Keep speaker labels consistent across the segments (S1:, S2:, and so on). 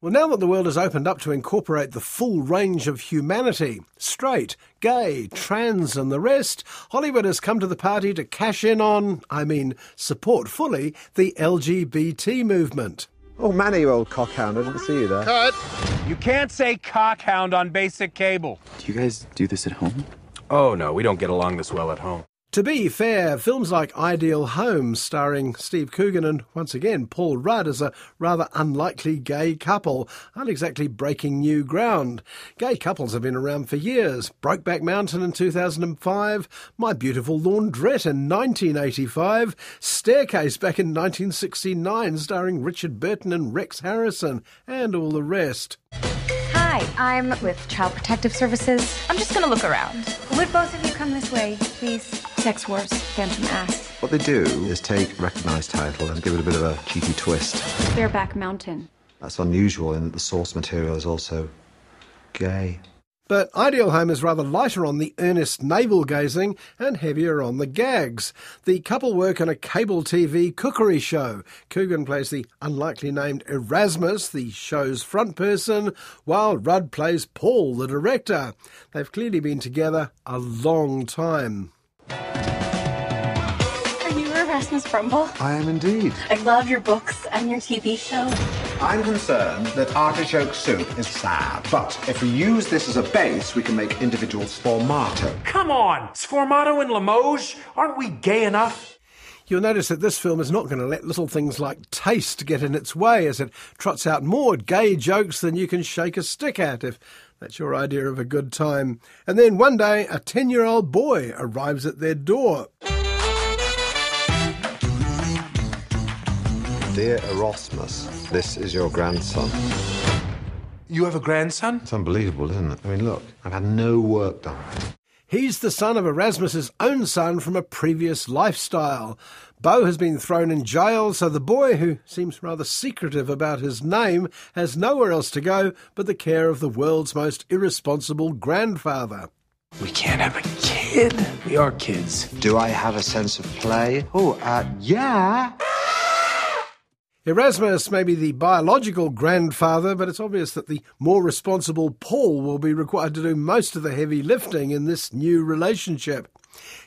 S1: Well, now that the world has opened up to incorporate the full range of humanity straight, gay, trans, and the rest Hollywood has come to the party to cash in on, I mean, support fully the LGBT movement.
S2: Oh, Manny, you old cockhound. I didn't see you there.
S3: You can't say cockhound on basic cable.
S4: Do you guys do this at home?
S3: Oh no, we don't get along this well at home.
S1: To be fair, films like Ideal Home, starring Steve Coogan and once again Paul Rudd as a rather unlikely gay couple, aren't exactly breaking new ground. Gay couples have been around for years. Brokeback Mountain in 2005, My Beautiful Laundrette in 1985, Staircase back in 1969, starring Richard Burton and Rex Harrison, and all the rest.
S5: Hi, I'm with Child Protective Services. I'm just gonna look around. Would both of you come this way, please? Sex wars, phantom ass,
S2: What they do is take recognised title and give it a bit of a cheeky twist.
S5: Bareback Mountain.
S2: That's unusual in that the source material is also gay.
S1: But Ideal Home is rather lighter on the earnest navel gazing and heavier on the gags. The couple work on a cable TV cookery show. Coogan plays the unlikely named Erasmus, the show's front person, while Rudd plays Paul, the director. They've clearly been together a long time.
S6: Are you Erasmus Brumble?
S2: I am indeed.
S6: I love your books and your TV show.
S7: I'm concerned that artichoke soup is sad, but if we use this as a base, we can make individual sformato.
S3: Come on, Sformato and Limoges, aren't we gay enough?
S1: You'll notice that this film is not going to let little things like taste get in its way as it trots out more gay jokes than you can shake a stick at, if that's your idea of a good time. And then one day, a 10 year old boy arrives at their door.
S2: Dear Erasmus, this is your grandson.
S3: You have a grandson?
S2: It's unbelievable, isn't it? I mean, look, I've had no work done.
S1: He's the son of Erasmus's own son from a previous lifestyle. Bo has been thrown in jail, so the boy, who seems rather secretive about his name, has nowhere else to go but the care of the world's most irresponsible grandfather.
S3: We can't have a kid. We are kids.
S2: Do I have a sense of play? Oh, uh, yeah.
S1: Erasmus may be the biological grandfather, but it's obvious that the more responsible Paul will be required to do most of the heavy lifting in this new relationship.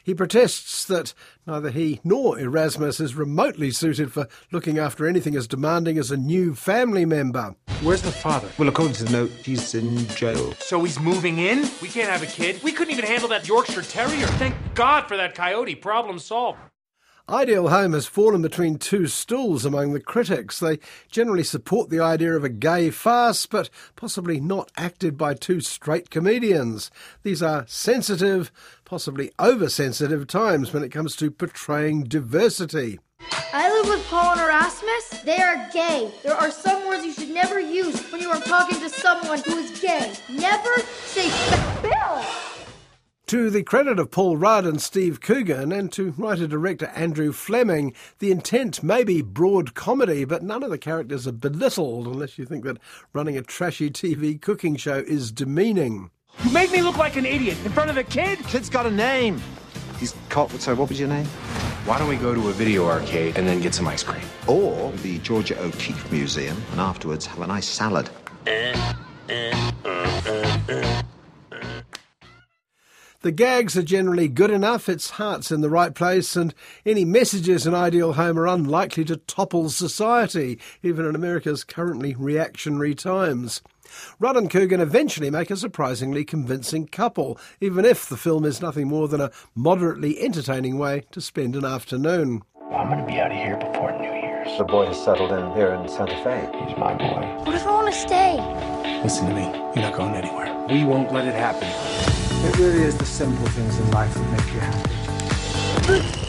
S1: He protests that neither he nor Erasmus is remotely suited for looking after anything as demanding as a new family member.
S3: Where's the father?
S2: Well, according to the note, he's in jail.
S3: So he's moving in? We can't have a kid. We couldn't even handle that Yorkshire Terrier. Thank God for that coyote. Problem solved.
S1: Ideal Home has fallen between two stools among the critics. They generally support the idea of a gay farce, but possibly not acted by two straight comedians. These are sensitive, possibly oversensitive times when it comes to portraying diversity.
S8: I live with Paul and Erasmus. They are gay. There are some words you should never use when you are talking to someone who is gay. Never say Bill.
S1: To the credit of Paul Rudd and Steve Coogan, and to writer director Andrew Fleming, the intent may be broad comedy, but none of the characters are belittled unless you think that running a trashy TV cooking show is demeaning.
S3: You make me look like an idiot in front of a kid?
S2: Kid's got a name. He's caught. So, what was your name?
S4: Why don't we go to a video arcade and then get some ice cream?
S2: Or the Georgia O'Keeffe Museum, and afterwards have a nice salad.
S1: The gags are generally good enough, its heart's in the right place, and any messages in Ideal Home are unlikely to topple society, even in America's currently reactionary times. Rudd and Coogan eventually make a surprisingly convincing couple, even if the film is nothing more than a moderately entertaining way to spend an afternoon.
S9: I'm gonna be out of here before New Year's.
S2: The boy has settled in here in Santa Fe.
S9: He's my boy.
S8: What if I want to stay?
S9: Listen to me. You're not going anywhere.
S3: We won't let it happen.
S2: It really is the simple things in life that make you happy.